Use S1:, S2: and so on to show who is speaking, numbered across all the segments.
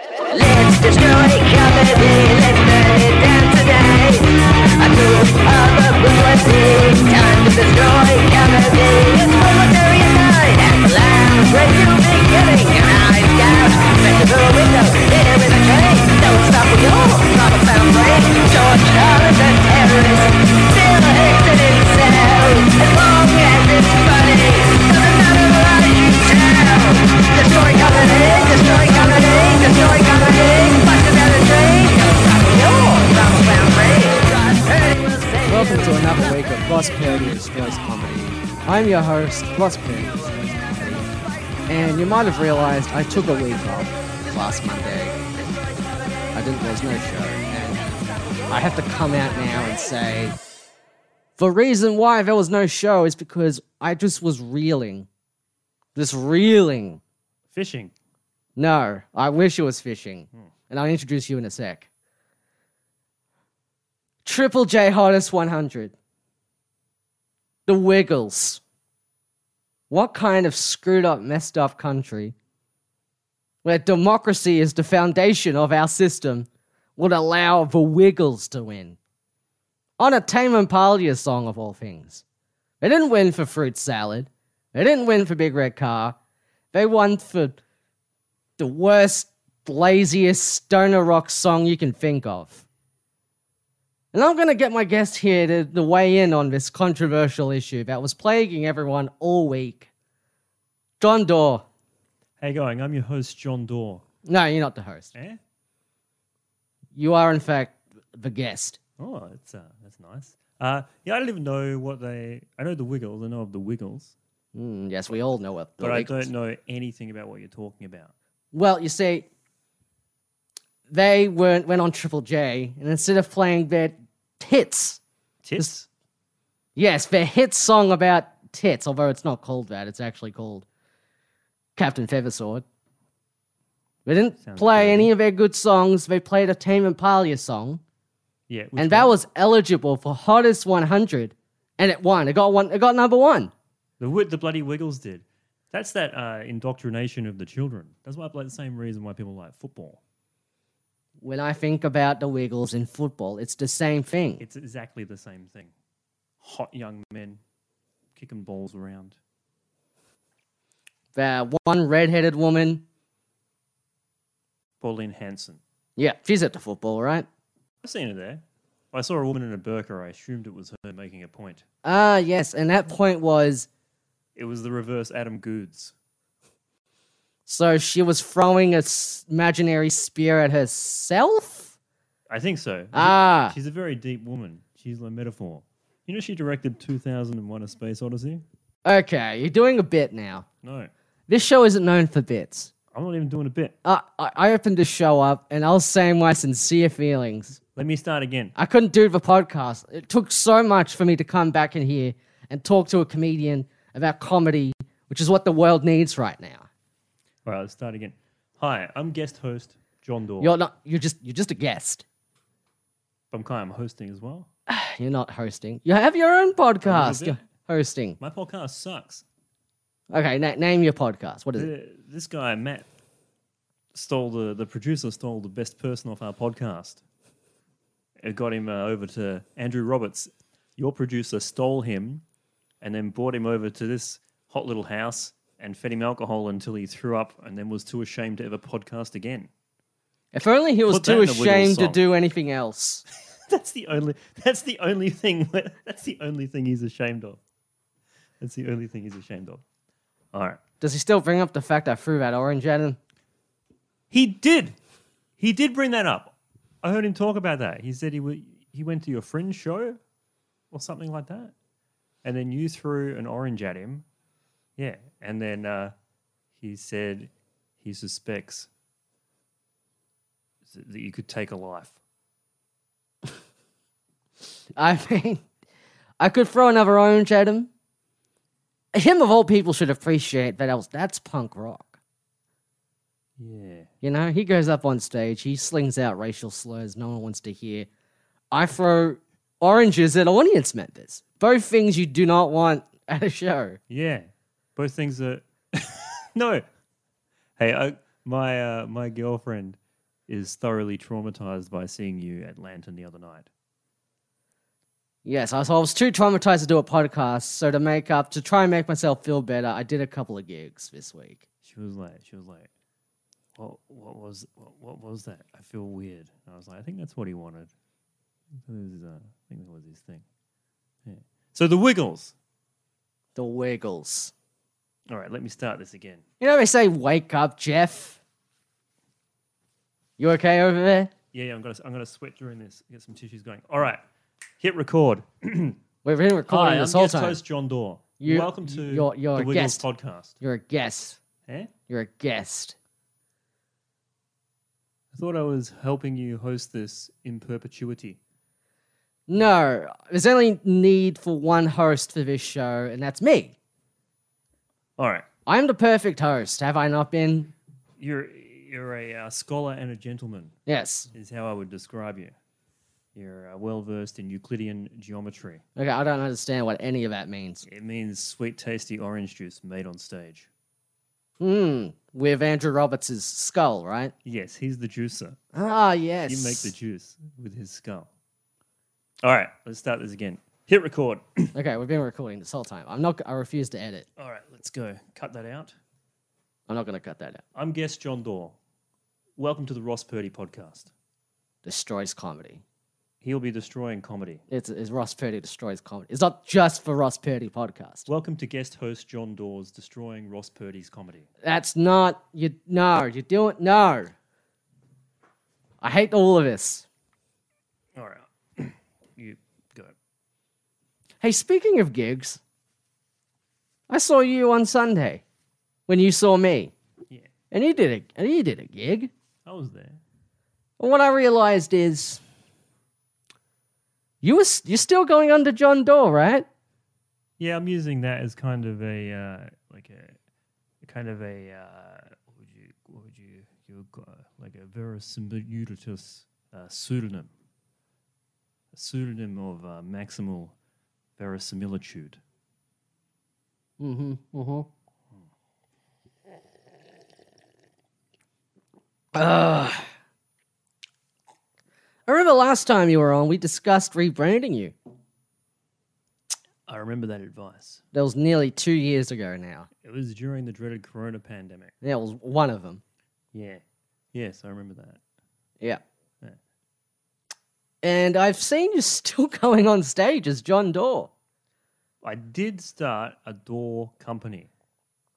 S1: Let's destroy comedy. Let's burn it down today. A tool of a bourgeoisie. Time to destroy comedy. It's momentary at night. At the lounge where you'll be getting an eye scout. Festival window. Dinner with a train. Don't stop at all. Not a found brain. George Charles and terrorist. Still exiting cells. As long as it's funny. Doesn't matter what you tell. Destroy comedy. Destroy comedy. Destroy comedy. Bust it down the drain. Don't stop at all. Not a found brain. Rod Hurley will save you.
S2: Welcome to another week of Boss Purdy Destroys Comedy. I'm your host, Boss Purdy Destroys Comedy, and you might have realised I took a week off last Monday. I didn't, there was no show, and I have to come out now and say the reason why there was no show is because I just was reeling. Just reeling.
S3: Fishing.
S2: No, I wish it was fishing. And I'll introduce you in a sec. Triple J Hottest 100. The Wiggles. What kind of screwed up, messed up country where democracy is the foundation of our system would allow the Wiggles to win? On a Tame Impala song of all things. They didn't win for Fruit Salad. They didn't win for Big Red Car. They won for the worst, laziest stoner rock song you can think of. And I'm going to get my guest here to, to weigh in on this controversial issue that was plaguing everyone all week. John Doerr.
S3: How you going? I'm your host, John Dorr.
S2: No, you're not the host.
S3: Eh?
S2: You are, in fact, the guest.
S3: Oh, that's uh, that's nice. Uh, yeah, I don't even know what they. I know the Wiggles. I know of the Wiggles,
S2: Mm, yes, we all know it. the
S3: but I
S2: Wiggles.
S3: don't know anything about what you're talking about.
S2: Well, you see, they went, went on Triple J, and instead of playing their hits,
S3: Tits.
S2: Yes, their hit song about tits, although it's not called that. It's actually called Captain Feathersword. They didn't
S3: Sounds
S2: play
S3: dirty.
S2: any of their good songs. They played a Tame Impala song,
S3: Yeah.
S2: and that was eligible for Hottest 100, and it won. It got one. It got number one.
S3: the wi- the bloody Wiggles did. That's that uh, indoctrination of the children. That's why like the same reason why people like football.
S2: When I think about the Wiggles in football, it's the same thing.
S3: It's exactly the same thing. Hot young men kicking balls around.
S2: That one redheaded woman.
S3: Pauline Hanson.
S2: Yeah, she's at the football, right?
S3: I've seen her there. I saw a woman in a burqa. I assumed it was her making a point.
S2: Ah, yes. And that point was
S3: It was the reverse Adam Goods.
S2: So she was throwing a s- imaginary spear at herself.
S3: I think so.
S2: Ah,
S3: She's a very deep woman. She's a metaphor. You know, she directed 2001 A Space Odyssey?
S2: okay. You're doing a bit now.
S3: No.
S2: This show isn't known for bits.
S3: I'm not even doing a bit.
S2: Uh, I, I opened this show up and I was saying my sincere feelings.
S3: Let me start again.
S2: I couldn't do the podcast. It took so much for me to come back in here and talk to a comedian about comedy, which is what the world needs right now.
S3: All right, let's start again. Hi, I'm guest host John Dorr.
S2: You're not. You're just. You're just a guest.
S3: I'm kind of hosting as well.
S2: You're not hosting. You have your own podcast.
S3: bit.
S2: You're hosting.
S3: My podcast sucks.
S2: Okay. Na- name your podcast. What is it?
S3: Uh, This guy, Matt, stole the, the producer, stole the best person off our podcast. It got him uh, over to Andrew Roberts. Your producer stole him and then brought him over to this hot little house and fed him alcohol until he threw up and then was too ashamed to ever podcast again.
S2: If only he was
S3: Put that
S2: too
S3: in the Wiggles
S2: ashamed to
S3: song.
S2: do anything else.
S3: That's the only that's the only thing where- that's the only thing he's ashamed of. That's the only thing he's ashamed of. All right.
S2: Does he still bring up the fact I threw that orange at him?
S3: He did. He did bring that up. I heard him talk about that. He said he w- he went to your friend's show or something like that, and then you threw an orange at him. Yeah, and then uh, he said he suspects th- that you could take a life.
S2: I mean, I could throw another orange at him. Him of all people should appreciate that. I was that's punk rock.
S3: Yeah,
S2: You know, he goes up on stage, he slings out racial slurs no one wants to hear. I throw oranges at audience members. Both things you do not want at a show.
S3: yeah. Both things are no. Hey, I, my uh, my girlfriend is thoroughly traumatized by seeing you at Lantern the other night.
S2: Yes, I was, I was too traumatized to do a podcast, so to make up, to try and make myself feel better, I did a couple of gigs this week.
S3: She was like, she was like, what, what was, what, what was that? I feel weird. And I was like, I think that's what he wanted. I think, that was, uh, I think that was his thing. Yeah. So the Wiggles.
S2: The Wiggles.
S3: All right, let me start this again.
S2: You know they say, wake up, Jeff? You okay over there?
S3: Yeah, yeah, I'm gonna, I'm gonna sweat during this. Get some tissues going. All right, hit record.
S2: We've been recording
S3: Hi, I'm
S2: this whole
S3: guest
S2: time.
S3: host John Dore.
S2: You-
S3: Welcome to
S2: you're- you're
S3: the
S2: a
S3: Wiggles
S2: guest.
S3: podcast.
S2: You're a guest.
S3: Eh?
S2: You're a guest.
S3: I thought I was helping you host this in perpetuity.
S2: No, there's only need for one host for this show, and that's me.
S3: All right,
S2: I'm the perfect host, have I not been?
S3: you're you're a uh, scholar and a gentleman,
S2: Yes.
S3: is how I would describe you. You're uh, well versed in Euclidean geometry.
S2: Okay, I don't understand what any of that means.
S3: It means sweet, tasty orange juice made on stage.
S2: Hmm. With Andrew Roberts' skull, right?
S3: Yes, he's the juicer.
S2: Ah, yes.
S3: You make the juice with his skull. All right, let's start this again. Hit record.
S2: Okay, we've been recording this whole time. I'm not. I refuse to edit.
S3: All right, let's go. Cut that out.
S2: I'm not going to cut that out.
S3: I'm guest John Dore. Welcome to the Ross Purdy podcast.
S2: Destroys comedy.
S3: He'll be destroying comedy.
S2: It's, it's Ross Purdy destroys comedy. It's not just for Ross Purdy podcast.
S3: Welcome to guest host John Dore's Destroying Ross Purdy's Comedy.
S2: That's not you. No, you don't. No. I hate all of this.
S3: All right. you go.
S2: Hey, speaking of gigs, I saw you on Sunday when you saw me,
S3: Yeah,
S2: and you did a and you did a gig.
S3: I was there.
S2: And what I realized is you was you're still going under John Doe, right?
S3: Yeah, I'm using that as kind of a uh, like a kind of a uh, what would you what would you you would ca- like a verisimilitudinous uh, pseudonym, a pseudonym of uh, maximal verisimilitude.
S2: Mm-hmm. Mm-hmm. Ugh. I remember last time you were on, we discussed rebranding you.
S3: I remember that advice.
S2: That was nearly two years ago now.
S3: It was during the dreaded Corona pandemic.
S2: That was one of them.
S3: Yeah. Yes, I remember that.
S2: Yeah.
S3: Yeah.
S2: And I've seen you still going on stage as John Doe.
S3: I did start a door company.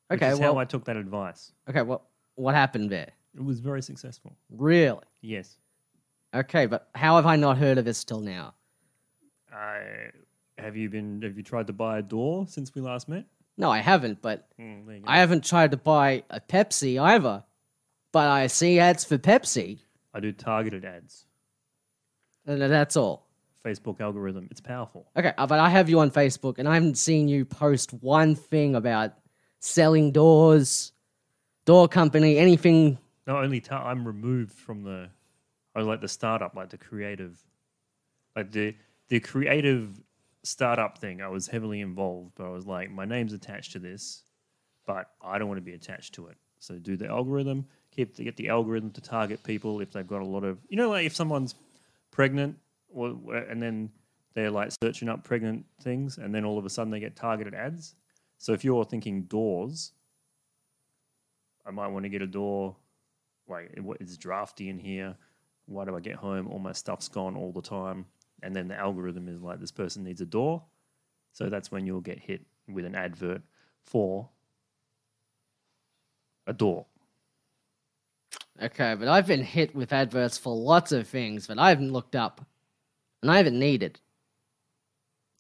S3: Which
S2: Okay,
S3: is
S2: well,
S3: how I took that advice.
S2: okay, what what happened there?
S3: It was very successful.
S2: Really?
S3: Yes.
S2: Okay, but how have I not heard of this till now?
S3: I have you been? Have you tried to buy a door since we last met?
S2: No, I haven't, but
S3: Mm, there you go.
S2: I haven't tried to buy a Pepsi either. But I see ads for Pepsi,
S3: I do targeted ads.
S2: and that's all.
S3: Facebook algorithm. It's powerful.
S2: Okay, uh, but I have you on Facebook, and I haven't seen you post one thing about selling doors, door company, anything.
S3: Not only tar- I'm removed from the, I like the startup, like the creative, like the the creative startup thing. I was heavily involved, but I was like, my name's attached to this, but I don't want to be attached to it. So do the algorithm. Keep get the algorithm to target people if they've got a lot of, you know, like if someone's pregnant, or, and then they're like searching up pregnant things, and then all of a sudden they get targeted ads. So if you're thinking doors, I might want to get a door. Like it- what- it's drafty in here. Why do I get home? All my stuff's gone all the time. And then the algorithm is like, this person needs a door. So that's when you'll get hit with an advert for a door.
S2: Okay, but I've been hit with adverts for lots of things that I haven't looked up, and I haven't needed.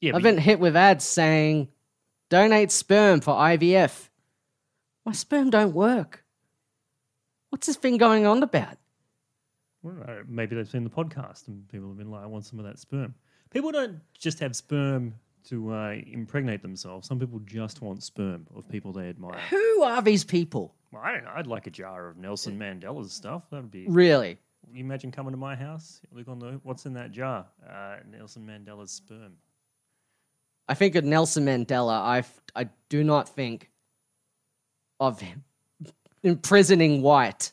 S3: Yeah,
S2: I've
S3: but
S2: been hit with ads saying, "Donate sperm for IVF." My sperm don't work. What's this thing going on about?
S3: Well, I- maybe they've seen the podcast and people have been like, I want some of that sperm. People don't just have sperm to uh, impregnate themselves. Some people just want sperm of people they admire.
S2: Who are these people?
S3: Well, I don't know. I'd like a jar of Nelson Mandela's stuff. That'd be.
S2: Really?
S3: You imagine coming to my house. you Look on the what's in that jar. Uh, Nelson Mandela's sperm.
S2: I think of Nelson Mandela. I I do not think of him imprisoning white.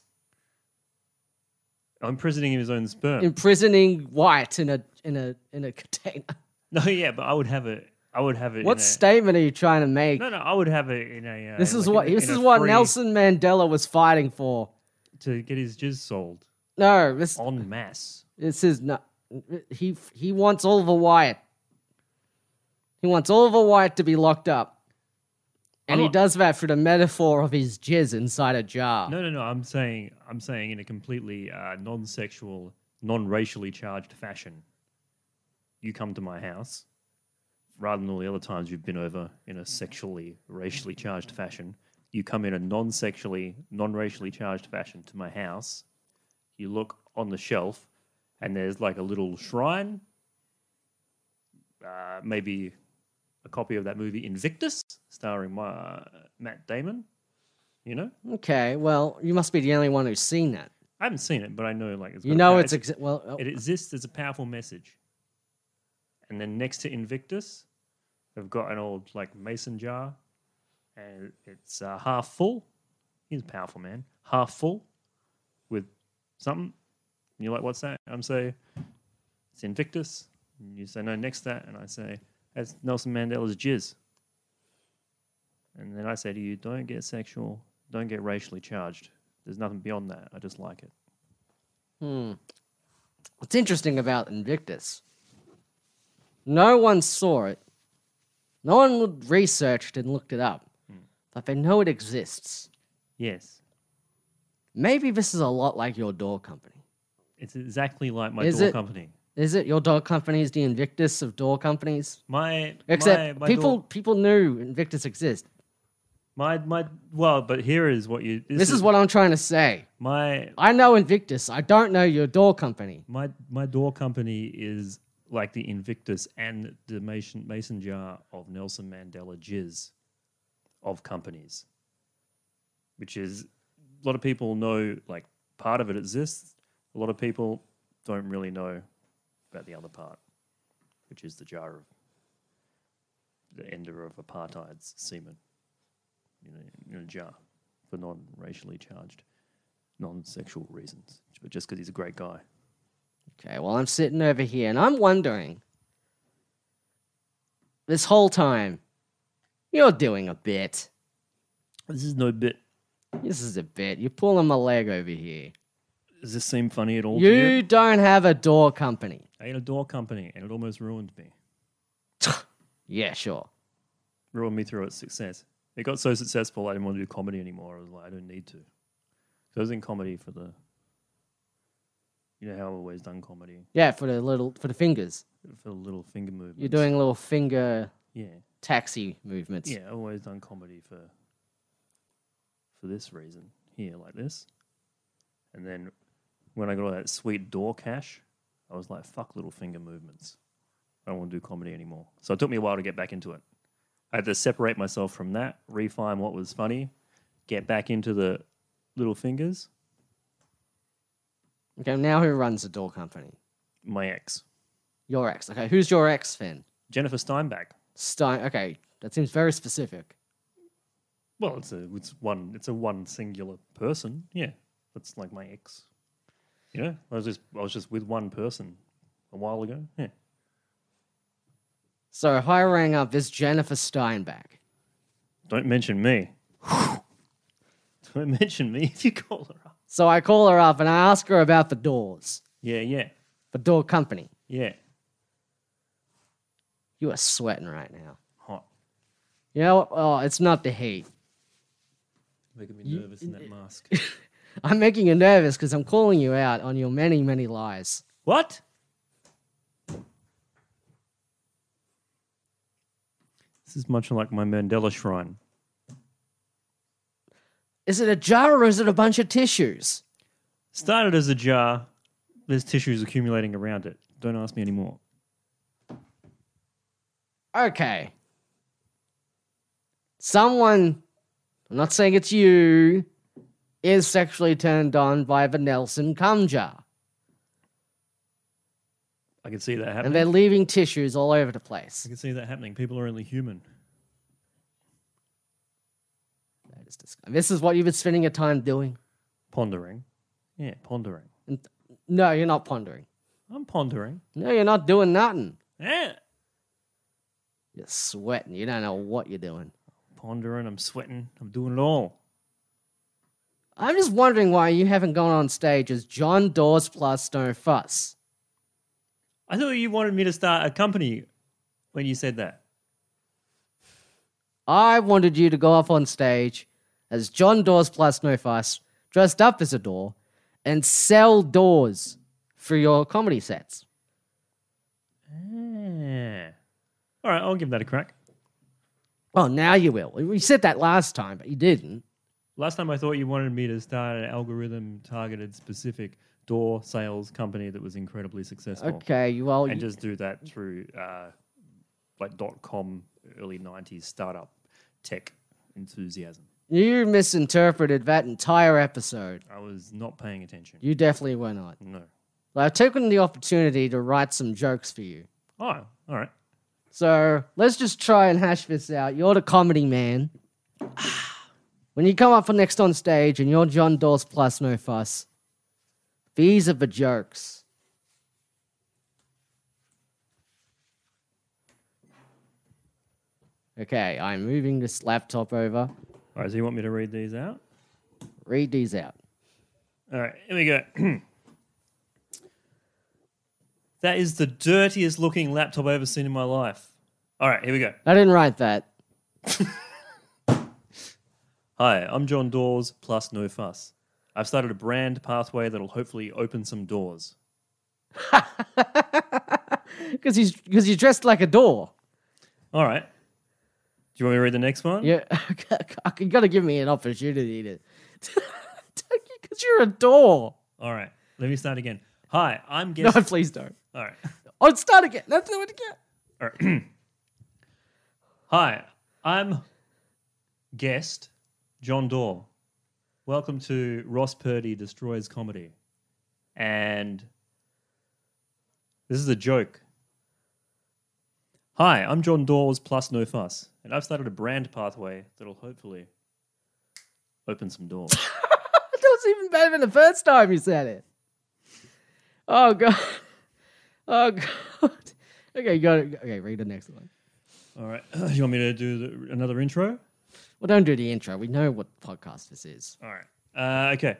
S3: imprisoning his own sperm.
S2: imprisoning white in a in a in a container.
S3: no, yeah, but I would have it. I would have it.
S2: What
S3: in a-
S2: statement are you trying to make?
S3: No, no, I would have it in a. Uh,
S2: this is
S3: like
S2: what
S3: in a-
S2: this
S3: in
S2: is
S3: a
S2: what
S3: free-
S2: Nelson Mandela was fighting for.
S3: to get his jizz sold
S2: No, this
S3: en masse.
S2: this is not. He he wants Oliver Wyatt. He wants Oliver Wyatt to be locked up, and
S3: I'm
S2: he
S3: not-
S2: does that through the metaphor of his jizz inside a jar.
S3: No, no, no. I'm saying, I'm saying in a completely uh, non-sexual, non-racially charged fashion. You come to my house, rather than all the other times you've been over in a sexually, racially charged fashion. You come in a non-sexually, non-racially charged fashion to my house. You look on the shelf, and there's like a little shrine. Uh, maybe a copy of that movie Invictus, starring my, uh, Matt Damon. You know.
S2: Okay, well, you must be the only one who's seen that.
S3: I haven't seen it, but I know like it's
S2: You
S3: got a
S2: know,
S3: pow-
S2: it's ex- well. oh,
S3: it exists as a powerful message. And then next to Invictus, they've got an old like mason jar, and it's uh, half full. He's a powerful man, half full, with something. And you're like, what's that? I'm say, it's Invictus. And you say, no, next to that, and I say, that's Nelson Mandela's jizz. And then I say to you, don't get sexual, don't get racially charged. There's nothing beyond that. I just like it.
S2: What's interesting about Invictus? No one saw it. No one researched and looked it up,
S3: Hmm.
S2: but they know it exists.
S3: Yes.
S2: Maybe this is a lot like your door company.
S3: It's exactly like my
S2: Is
S3: door
S2: it-
S3: company.
S2: Is it your door company is the Invictus of door companies?
S3: My
S2: Except
S3: my, my
S2: people
S3: Door,
S2: people knew Invictus exists.
S3: my my well, but here is what you. This,
S2: This is what I'm trying to say.
S3: my
S2: I know Invictus. I don't know your door company.
S3: my my door company is like the Invictus and the Mason Mason jar of Nelson Mandela jizz of companies, which is a lot of people know like part of it exists. A lot of people don't really know about the other part, which is the jar of the ender of apartheid's semen in a, in a jar for non-racially charged, non-sexual reasons, but just because he's a great guy.
S2: Okay, well I'm sitting over here and I'm wondering this whole time you're doing a bit.
S3: This is no bit.
S2: This is a bit. You're pulling my leg over here.
S3: Does this seem funny at all? to you?
S2: You don't have a door company.
S3: I had a door company and it almost ruined me.
S2: Yeah, sure.
S3: Ruined me through its success. It got so successful I didn't want to do comedy anymore. I was like, I don't need to. So I was in comedy for the. You know how I've always done comedy
S2: Yeah, for the little for the fingers.
S3: for the little finger movements.
S2: You're doing little finger
S3: Yeah,
S2: taxi movements.
S3: yeah. I've always done comedy for. For this reason here, like this, and then when I got all that sweet door cash, I was like, fuck little finger movements. I don't want to do comedy anymore. So it took me a while to get back into it. I had to separate myself from that, refine what was funny, get back into the little fingers.
S2: Okay, now who runs the door company?
S3: My ex,
S2: Your ex. Okay, who's your ex then?
S3: Jennifer Steinbeck.
S2: Stein. Okay, that seems very specific.
S3: Well, it's a it's one it's a one singular person. Yeah, that's like my ex. You know, I was just I was just with one person a while ago. Yeah,
S2: So hiring up this Jennifer Steinbeck.
S3: don't mention me. don't mention me if you call her up.
S2: So I call her up and I ask her about the doors,
S3: Yeah, yeah,
S2: the door company.
S3: yeah.
S2: You are sweating right now.
S3: Hot.
S2: You know, what? oh, it's not the heat.
S3: Making me nervous in that mask.
S2: I'm making you nervous because I'm calling you out on your many, many lies.
S3: what? This is much like my Mandela shrine.
S2: Is it a jar or is it a bunch of tissues?
S3: Started as a jar, there's tissues accumulating around it. Don't ask me anymore.
S2: Okay. Someone, I'm not saying it's you, is sexually turned on by the Nelson cum jar.
S3: I can see that happening.
S2: And they're leaving tissues all over the
S3: I
S2: place.
S3: can see that happening. People are only human.
S2: That is disgusting. This is what you've been spending your time doing.
S3: Pondering. Yeah, pondering.
S2: And No, you're not pondering.
S3: I'm pondering.
S2: No, you're not doing nothing.
S3: Eh.
S2: You're sweating. You don't know what you're doing.
S3: Pondering. I'm sweating. I'm doing it all.
S2: I'm just wondering why you haven't gone on stage as John Dawes plus Stone Fuss.
S3: I thought you wanted me to start a company when you said that.
S2: I wanted you to go up on stage as John Dawes plus No Fuss, dressed up as a door, and sell doors for your comedy sets.
S3: Eh. All right, I'll give that a crack.
S2: Oh, now you will. We said that last time, but you didn't.
S3: Last time I thought you wanted me to start an algorithm targeted specific door sales company that was incredibly successful.
S2: Okay, well,
S3: Oh. And
S2: you-
S3: just do that through uh, like dot com early 90s startup tech enthusiasm.
S2: you misinterpreted that entire episode.
S3: I was not paying attention.
S2: You definitely were not.
S3: No.
S2: But I've taken the opportunity to write some jokes for you.
S3: Oh, all right.
S2: So let's just try and hash this out. You're the comedy man. When you come up for next on stage and you're John Dawes plus no fuss, these are the jokes. Okay, I'm moving this laptop over.
S3: All right, so you want me to read these out?
S2: Read these out.
S3: All right, here we go. that is the dirtiest looking laptop I've ever seen in my life. All right, here we go.
S2: I didn't write that.
S3: Hi, I'm John Dawes, plus No Fuss. I've started a brand pathway that'll hopefully open some doors.
S2: Because he's because you're dressed like a door.
S3: All right. Do you want me to read the next one?
S2: Yeah, you gotta give me an opportunity to. Because you're a door.
S3: All right, let me start again. Hi, I'm
S2: No,
S3: guest.
S2: please don't.
S3: All right.
S2: Oh, start again. Let's do it again.
S3: Hi, I'm guest John Dore. Welcome to Ross Purdy Destroys Comedy. And this is a joke. Hi, I'm John Dawes plus no fuss, and I've started a brand pathway that'll hopefully open some doors.
S2: That was even better than the first time you said it. Oh god. Oh god. Okay, you got it. Okay, read the next one.
S3: All right, you want me to do the, another intro?
S2: Well, don't do the intro. We know what podcast this is.
S3: All right. Uh, okay.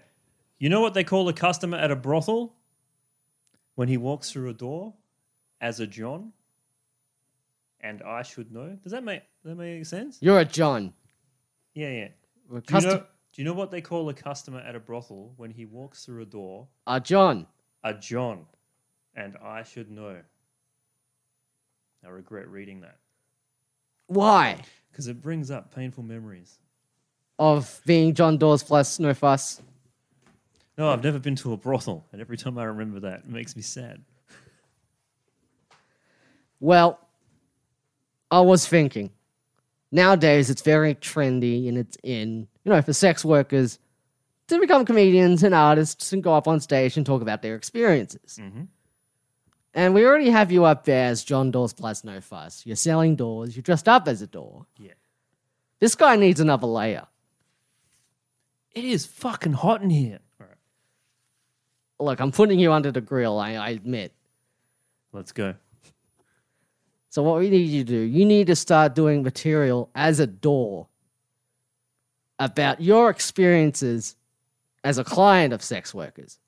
S3: You know what they call a customer at a brothel when he walks through a door as a John? And I should know. Does that make does that make sense?
S2: You're a John.
S3: Yeah, yeah.
S2: We're
S3: Do you,
S2: custom-
S3: know, do you know what they call a customer at a brothel when he walks through a door?
S2: a uh, John.
S3: A John. And I should know. I regret reading that
S2: Why?
S3: because it brings up painful memories.
S2: Of being John Dawes plus no fuss.
S3: No, I've never been to a brothel, and every time I remember that, it makes me sad.
S2: Well, I was thinking. Nowadays, it's very trendy and it's in, you know, for sex workers to become comedians and artists and go up on stage and talk about their experiences. And we already have you up there as John Dawes plus No Fuss. You're selling doors, you're dressed up as a door.
S3: Yeah.
S2: This guy needs another layer.
S3: It is fucking hot in here. All right.
S2: Look, I'm putting you under the grill, I, I admit.
S3: Let's go.
S2: So, what we need you to do, you need to start doing material as a door about your experiences as a client of sex workers.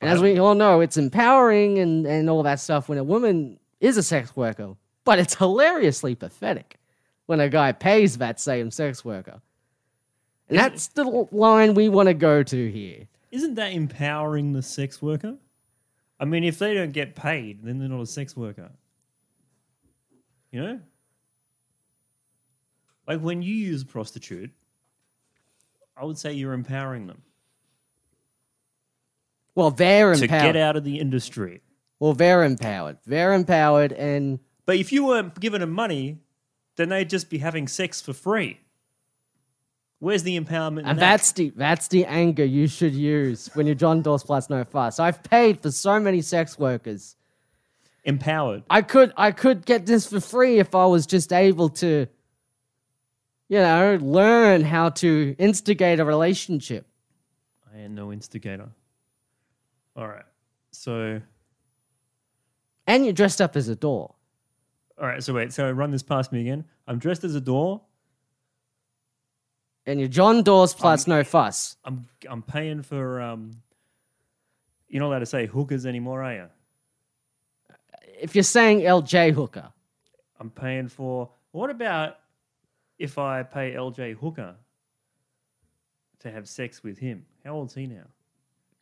S2: And as we all know, it's empowering and, and all that stuff when a woman is a sex worker, but it's hilariously pathetic when a guy pays that same sex worker. And that's the l- line we want to go to here.
S3: Isn't that empowering the sex worker? I mean, if they don't get paid, then they're not a sex worker. You know? Like when you use prostitute, I would say you're empowering them
S2: Well, they're
S3: to get
S2: empowered.
S3: out of the industry.
S2: Well, they're empowered. They're empowered and
S3: But if you weren't giving them money, then they'd just be having sex for free. Where's the empowerment? in
S2: And
S3: that?
S2: that's the that's the anger you should use when you're John Dawes plus no fuss. I've paid for so many sex workers.
S3: empowered.
S2: I could I could get this for free if I was just able to, you know, learn how to instigate a relationship.
S3: I am no instigator. All right. So,
S2: And you're dressed up as a door.
S3: all right. So wait. So run this past me again. I'm dressed as a door.
S2: And you're John Dawes plus no fuss.
S3: I'm I'm paying for. Um, you're not allowed to say hookers anymore, are you?
S2: If you're saying LJ Hooker,
S3: I'm paying for. What about if I pay LJ Hooker to have sex with him? How old's he now?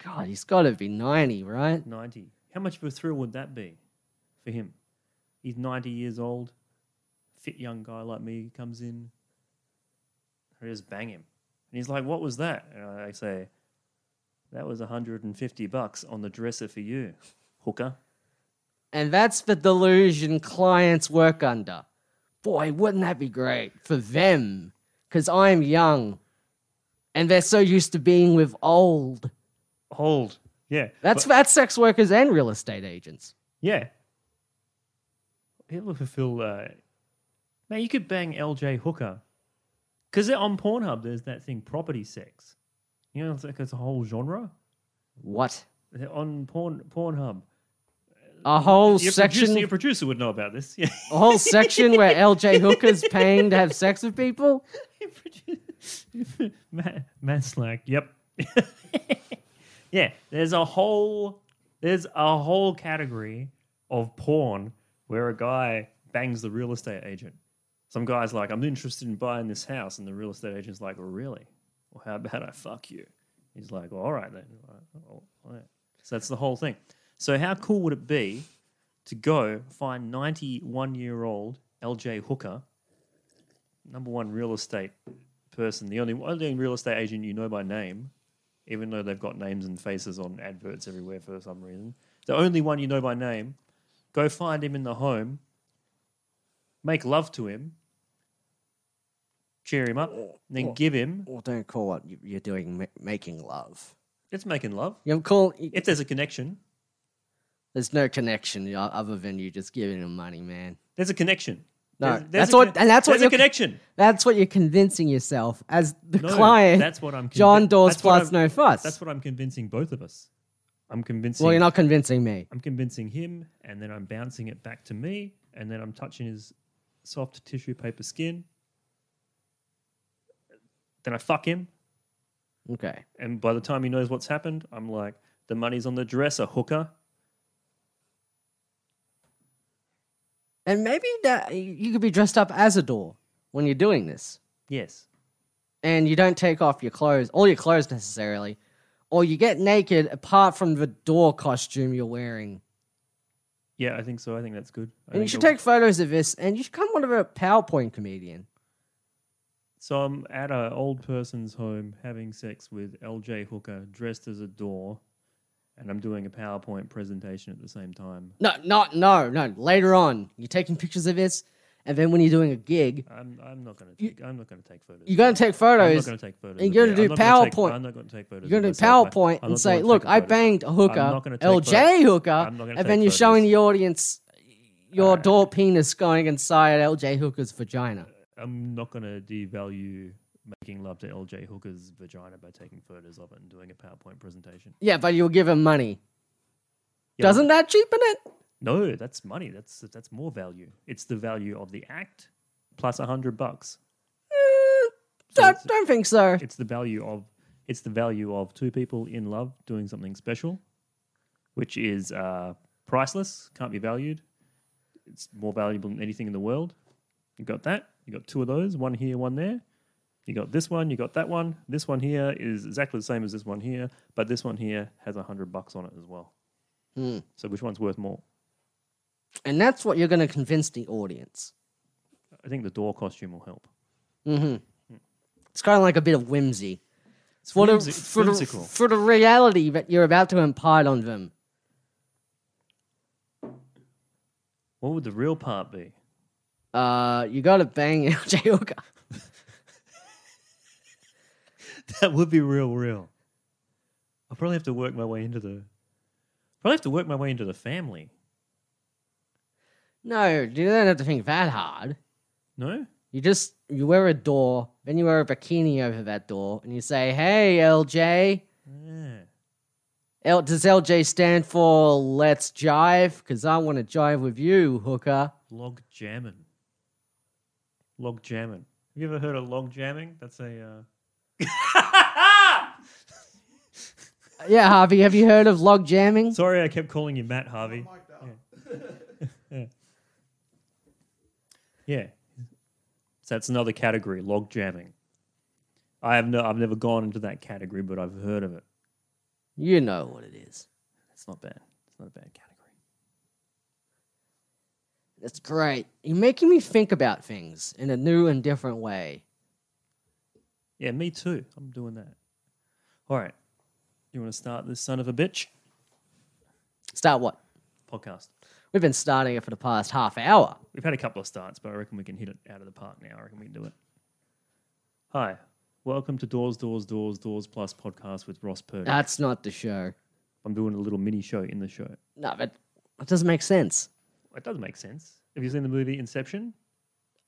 S2: God, he's got to be 90, right?
S3: 90. How much of a thrill would that be for him? He's 90 years old. Fit young guy like me comes in. I just bang him. And he's like, What was that? And I say, That was 150 bucks on the dresser for you, hooker.
S2: And that's the delusion clients work under. Boy, wouldn't that be great for them? Because I'm young and they're so used to being with old.
S3: Hold. Yeah.
S2: That's,
S3: but-
S2: that's sex workers and real estate agents.
S3: Yeah. It will fulfill. Uh, man, you could bang LJ Hooker. Because on Pornhub, there's that thing, property sex. You know, it's like it's a whole genre.
S2: What?
S3: on porn Pornhub.
S2: A whole
S3: Your,
S2: section,
S3: producer, your producer would know about this. Yeah.
S2: a whole section where LJ Hooker's paying to have sex with people?
S3: Your produ- Matt, Matt's like, yep. yeah, there's a whole there's a whole category of porn where a guy bangs the real estate agent. Some guy's like, I'm interested in buying this house, and the real estate agent's like, really? Well, how about I fuck you? He's like, well, all right then. All right. So that's the whole thing. So how cool would it be to go find 91 year old LJ Hooker, number one real estate person, the only only real estate agent you know by name, even though they've got names and faces on adverts everywhere for some reason, the only one you know by name, go find him in the home, make love to him, cheer him up, and then give him.
S2: Well, don't call it you're doing ma- making love.
S3: It's making love.
S2: You're call,
S3: If there's a connection,
S2: There's no connection o- other than you just giving them money, man.
S3: there's a connection.
S2: No,
S3: There's- there's
S2: that's
S3: a
S2: what-
S3: con-
S2: and that's what
S3: there's a
S2: you're-
S3: connection.
S2: That's what you're convincing yourself as the
S3: No,
S2: client.
S3: That's what I'm. convi-
S2: John Dawes
S3: that's what
S2: plus
S3: I'm-
S2: no fuss.
S3: That's what I'm convincing both of us. I'm convincing.
S2: well, you're not convincing me.
S3: I'm convincing him, and then I'm bouncing it back to me, and then I'm touching his soft tissue paper skin. Then I fuck him,
S2: Okay.
S3: and by the time he knows what's happened, I'm like, the money's on the dresser, hooker.
S2: And maybe that you could be dressed up as a door when you're doing this,
S3: Yes.
S2: and you don't take off your clothes, all your clothes necessarily, or you get naked apart from the door costume you're wearing.
S3: Yeah, I think so. I think that's good. I
S2: And you
S3: think
S2: should
S3: it'll-
S2: take photos of this, and you should become one of a PowerPoint comedian.
S3: So I'm at an old person's home having sex with LJ Hooker dressed as a door, and I'm doing a PowerPoint presentation at the same time.
S2: No, not no, no. Later on, you're taking pictures of this, and then when you're doing a gig,
S3: I'm I'm not gonna take, I'm not gonna take photos.
S2: you're gonna take
S3: I'm not
S2: photos.
S3: gonna take photos.
S2: and
S3: of
S2: you're
S3: me.
S2: gonna do
S3: I'm not gonna take-
S2: PowerPoint.
S3: I'm not gonna take photos.
S2: You're
S3: of
S2: going to
S3: myself. I-
S2: PowerPoint
S3: I'm
S2: and
S3: not
S2: say,
S3: gonna
S2: look,
S3: take
S2: I
S3: photos.
S2: banged a
S3: I'm
S2: hooker,
S3: not gonna take
S2: LJ
S3: photos.
S2: hooker,
S3: I'm not gonna
S2: and then
S3: take
S2: you're showing
S3: photos.
S2: the audience your door penis going inside LJ hooker's vagina.
S3: I'm not gonna devalue making love to LJ Hooker's vagina by taking photos of it and doing a PowerPoint presentation.
S2: Yeah, but you'll give him money.
S3: Yeah,
S2: Doesn't that cheapen it?
S3: No, that's money. That's that's more value. It's the value of the act plus a hundred bucks. So
S2: Don't,
S3: it's-
S2: don't think so.
S3: it's the value of it's the value of two people in love doing something special, which is uh, priceless, can't be valued. It's more valuable than anything in the world. You got that. You got two of those, one here, one there. You got this one. You got that one. This one here is exactly the same as this one here, but this one here has a hundred bucks on it as well. So which one's worth more?
S2: And that's what you're going to convince the audience.
S3: I think the door costume will help.
S2: It's kind of like a bit of whimsy. It's for,
S3: whimsi-
S2: the,
S3: it's
S2: for, the,
S3: whimsical.
S2: for the reality that you're about to impart on them.
S3: What would the real part be?
S2: Uh, you got to bang LJ hooker.
S3: That would be real, real. I'll probably have to work my way into the. Probably have to work my way into the family.
S2: No, you don't have to think that hard.
S3: No,
S2: You just you wear a door, then you wear a bikini over that door, and you say, "Hey, LJ,
S3: yeah.
S2: L- does LJ stand for Let's Jive? Because I want to jive with you, hooker.
S3: Log jamming. Log jamming. Have you ever heard of log jamming? That's a. Uh...
S2: Yeah, Harvey, have you heard of log jamming?
S3: Sorry, I kept calling you Matt Harvey. Yeah. yeah. Yeah. So that's another category, log jamming. I have no, I've never gone into that category, but I've heard of it.
S2: You know what it is.
S3: It's not bad. It's not a bad category.
S2: That's great. You're making me think about things in a new and different way.
S3: Yeah, me too. I'm doing that. All right. You want to start this son of a bitch
S2: Start what?
S3: podcast?
S2: We've been starting it for the past half hour.
S3: We've had a couple of starts, but I reckon we can hit it out of the park now. I reckon we can do it. Hi. Welcome to Doors, Doors, Doors, Doors Plus podcast with Ross Purdy.
S2: That's not the show.
S3: I'm doing a little mini show in the show.
S2: No, but it doesn't make sense.
S3: It does make sense. Have you seen the movie Inception?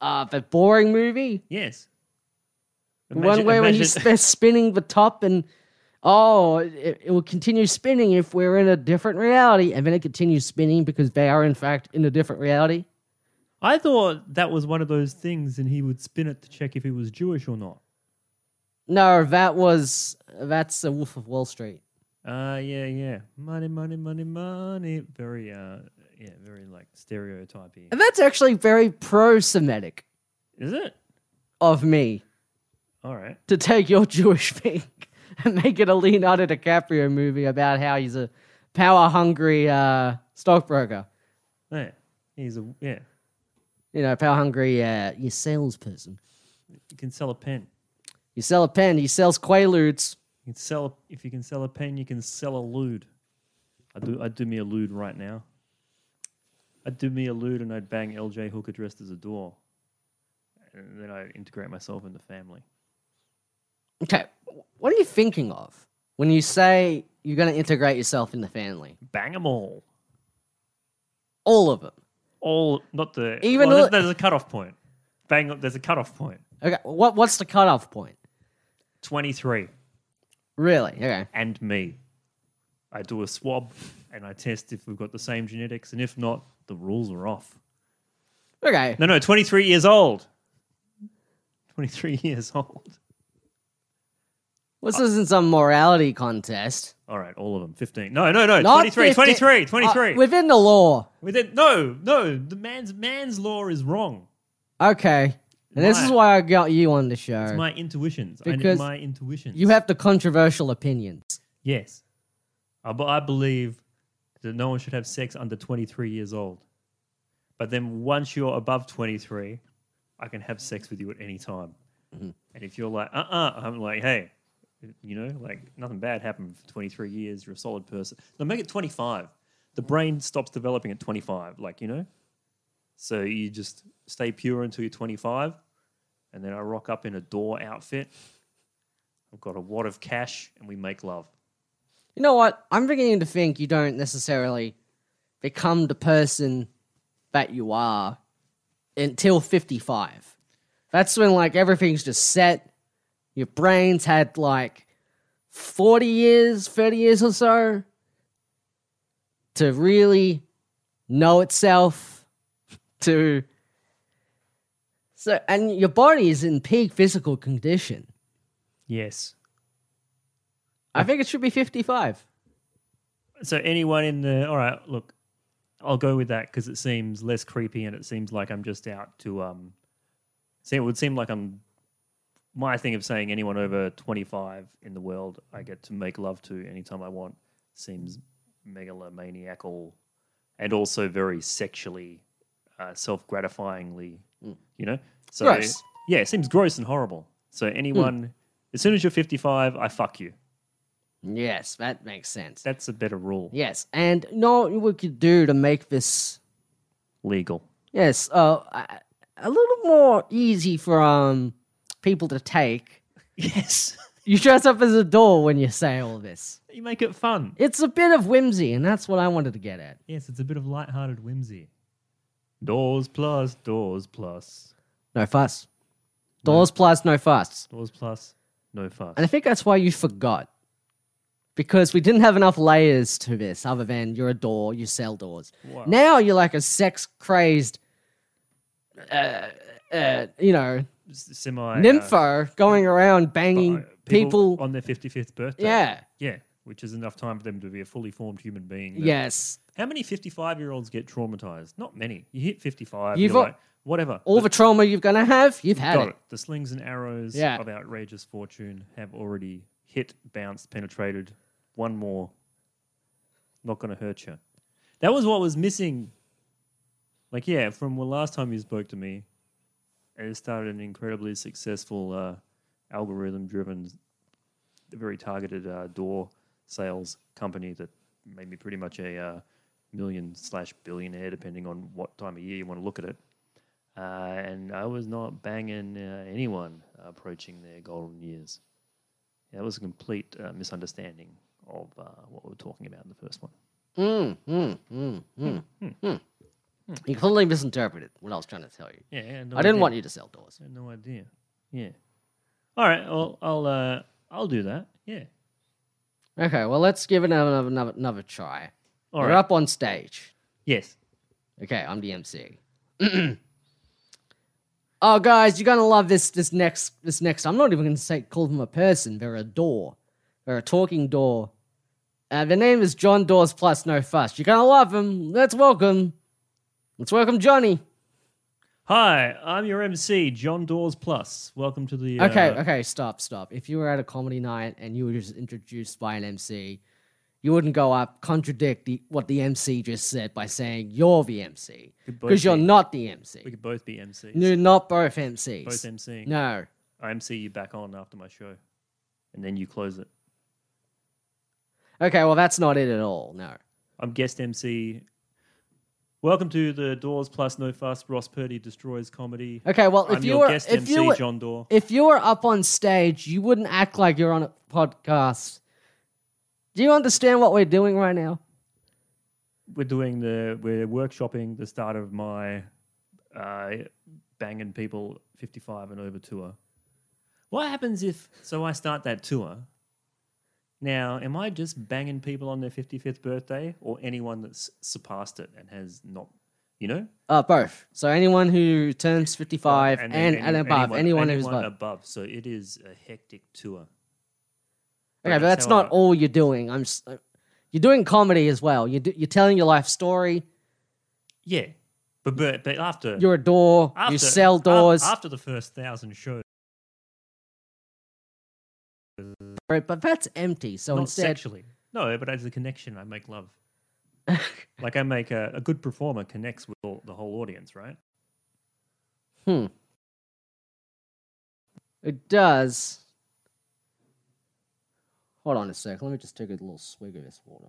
S2: Uh, the boring movie.
S3: Yes.
S2: One where when
S3: imagine-
S2: he's sp- spinning the top and oh, it, it will continue spinning if we're in a different reality, and then it continues spinning because they are in fact in a different reality.
S3: I thought that was one of those things, and he would spin it to check if he was Jewish or not.
S2: No, that was that's the Wolf of Wall Street.
S3: Uh yeah, yeah. Money, money, money, money. Very uh yeah, very like stereotypy.
S2: And that's actually very pro-Semitic
S3: Is it?
S2: of me
S3: All right.
S2: to take your Jewish thing and make it a Leonardo DiCaprio movie about how he's a power-hungry uh, stockbroker.
S3: Yeah. He's a yeah.
S2: You know, power-hungry uh, your salesperson.
S3: You can sell a pen.
S2: You sell a pen. He sells quaaludes.
S3: You can sell a, if you can sell a pen, you can sell a lewd. I do I'd do me a lewd right now. I'd do me a lewd and I'd bang LJ Hooker dressed as a door. And then I integrate myself in the family.
S2: Okay, what are you thinking of when you say you're going to integrate yourself in the family?
S3: Bang them all.
S2: All of them.
S3: All not the
S2: Even
S3: even well,
S2: though-
S3: there's, there's a cutoff point. Bang there's a cutoff point.
S2: Okay, what what's the cutoff point?
S3: Twenty three.
S2: Really? Okay.
S3: and me. I do a swab and I test if we've got the same genetics, and if not, the rules are off.
S2: Okay.
S3: No, no, 23 years old. 23 years old.
S2: This isn't some morality contest.
S3: All right, all of them. 15. No, no, no.
S2: Not
S3: 23,
S2: 15
S3: 23,
S2: uh,
S3: 23.
S2: within the law.
S3: Within, no, no. The man's man's law is wrong.
S2: Okay. And this is
S3: My-
S2: why I got you on the
S3: It's
S2: show.
S3: my intuitions. I need
S2: Because
S3: my intuitions.
S2: you have the controversial opinions.
S3: yes. I, be- I believe that no one should have sex under 23 years old. But then once you're above 23, I can have sex with you at any time. And if you're like, uh uh-uh, I'm like, hey, you know, like nothing bad happened for 23 years. You're a solid person. No, make it 25. The brain stops developing at 25, like, you know? So you just stay pure until you're 25. And then I rock up in a door outfit. I've got a wad of cash and we make love.
S2: You know what? I'm beginning to think you don't necessarily become the person that you are until 55. That's when like everything's just set. Your brain's had like 40 years, 30 years or so to really know itself to so and your body is in peak physical condition.
S3: Yes.
S2: I think it should be 55.
S3: So anyone in the all right, look, I'll go with that because it seems less creepy and it seems like I'm just out to um. See, it would seem like I'm. My thing of saying anyone over 25 in the world I get to make love to anytime I want seems megalomaniacal and also very sexually, uh, self gratifyingly, you know? So,
S2: Gross.
S3: yeah, it seems gross and horrible. So, anyone, as soon as you're 55, I fuck you.
S2: Yes, that makes sense.
S3: That's a better rule.
S2: Yes, and you know what we could do to make this
S3: Legal.
S2: yes uh, a- a little more easy for um people to take.
S3: Yes.
S2: You dress up as a doll when you say all this.
S3: You make it fun.
S2: It's a bit of whimsy, and that's what I wanted to get at.
S3: Yes, it's a bit of light-hearted whimsy. Doors plus, doors plus,
S2: No fuss. Doors plus no fuss.
S3: doors plus, no fuss.
S2: And I think that's why you forgot. because we didn't have enough layers to this other than you're a door, you sell doors.
S3: Wow.
S2: Now you're like a sex crazed, uh, uh, you know,
S3: Semi uh,
S2: nympho going around banging people.
S3: on their 55th birthday.
S2: yeah.
S3: Yeah, which is enough time for them to be a fully formed human being. that-
S2: Yes.
S3: How many 55 year olds get traumatized? Not many. You hit 55,
S2: You've
S3: you're
S2: al-
S3: like, whatever.
S2: All the trauma you're going to have, you've had
S3: Got
S2: it.
S3: it. The slings and arrows
S2: Yeah.
S3: of outrageous fortune have already hit, bounced, penetrated. One more. Not going to hurt you. That was what was missing. Like, yeah, from the last time you spoke to me, it started an incredibly successful uh, algorithm driven, very targeted uh, door sales company that made me pretty much a uh, million slash billionaire, depending on what time of year you want to look at it uh, and I was not banging uh, anyone approaching their golden years. That was a complete uh, misunderstanding of uh, what we were talking about in the first one.
S2: Mm, mm, mm, mm,
S3: Hmm,
S2: mm. You completely misinterpreted what I was trying to tell you.
S3: Yeah, yeah no
S2: I didn't
S3: idea.
S2: want you to sell doors.
S3: I had no idea. Yeah. All right. Well, I'll uh, I'll do that. Yeah.
S2: Okay, well, let's give it another, another, another try.
S3: All
S2: You're
S3: right.
S2: up on stage.
S3: Yes.
S2: Okay, I'm the MC. oh, guys, you're gonna love this. This next, this next. I'm not even gonna say call them a person. They're a door. They're a talking door. Uh, their name is John Dawes plus No Fuss. You're gonna love him. Let's welcome. Let's welcome Johnny.
S3: Hi, I'm your MC, John Dawes Plus. Welcome to the. Uh,
S2: Okay, okay, stop, stop. If you were at a comedy night and you were just introduced by an MC, you wouldn't go up contradict the, what the MC just said by saying you're the MC
S3: Could both
S2: because you're
S3: be.
S2: not the MC.
S3: We could both be MCs.
S2: You're not both MCs.
S3: Both MCing.
S2: No.
S3: I MC you back on after my show, and then you close it.
S2: Okay, well that's not it at all. No.
S3: I'm guest MC. Welcome to the Doors Plus No Fuss. Ross Purdy destroys comedy.
S2: Okay, well if
S3: I'm
S2: you
S3: your
S2: were
S3: guest
S2: if
S3: MC,
S2: you were,
S3: John Dore.
S2: if you were up on stage, you wouldn't act like you're on a podcast. Do you understand what we're doing right now?
S3: We're doing the we're workshopping the start of my uh, banging people 55 and over tour. What happens if so? I start that tour. Now, am I just banging people on their 55th birthday, or anyone that's surpassed it and has not, you know,
S2: Uh, both. So anyone who turns fifty-five and, and,
S3: any-
S2: above, anyone, who's above.
S3: above. So it is a hectic tour.
S2: Okay, but that's
S3: so,
S2: not
S3: uh,
S2: all you're doing. I'm s uh, you're doing comedy as well. You're, do, you're telling your life story.
S3: Yeah, but but, but after
S2: You're a door.
S3: after,
S2: you sell
S3: af-
S2: doors.
S3: after the first thousand shows,
S2: right, but that's empty. So
S3: not
S2: instead,
S3: sexually. No, but as a connection, I make love. like I make a, a good performer connects with all, the whole audience, right?
S2: hmm, it does. Hold on a sec. Let me just take a little swig of this water.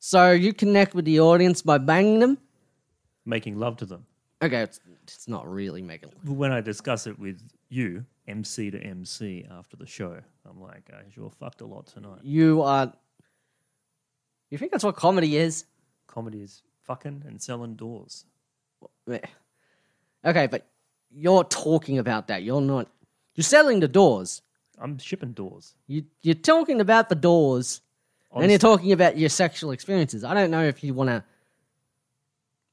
S2: So you connect with the audience by banging them.
S3: Making love to them.
S2: Okay, it's, it's not really making.
S3: But when I discuss it with you, MC to MC after the show, I'm like, I sure fucked a lot tonight.
S2: you are. You think that's what comedy is?
S3: Comedy is fucking and selling doors.
S2: Meh. Okay, but you're talking about that. You're not. You're selling the doors.
S3: I'm shipping doors.
S2: You you're talking about the doors, and
S3: Honestly,
S2: you're talking about your sexual experiences. I don't know if you want to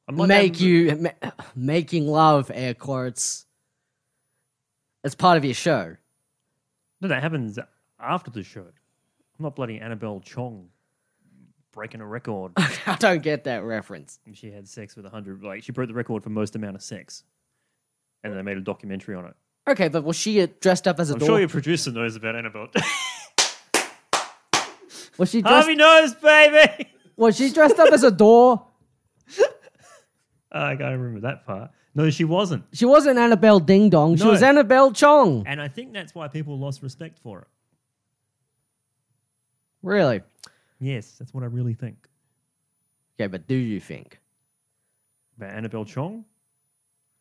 S3: I'm like
S2: make
S3: I'm-
S2: you ma- making love air quotes as part of your show.
S3: No, that happens after the show. I'm not bloody Annabelle Chong breaking a record.
S2: I don't get that reference.
S3: she had sex with 100, like, she broke the record for most amount of sex. And they made a documentary on it.
S2: Okay, but was she uh, dressed up as a
S3: I'm
S2: door?
S3: sure your producer knows about Annabelle.
S2: was she dressed?
S3: Harvey knows, baby!
S2: Was she dressed up as a door?
S3: I can't remember that part. No, she wasn't.
S2: She wasn't Annabelle Ding Dong. She
S3: No.
S2: was Annabelle Chong.
S3: And I think that's why people lost respect for it.
S2: Really?
S3: Yes, that's what I really think.
S2: Okay, but do you think?
S3: About Annabelle Chong?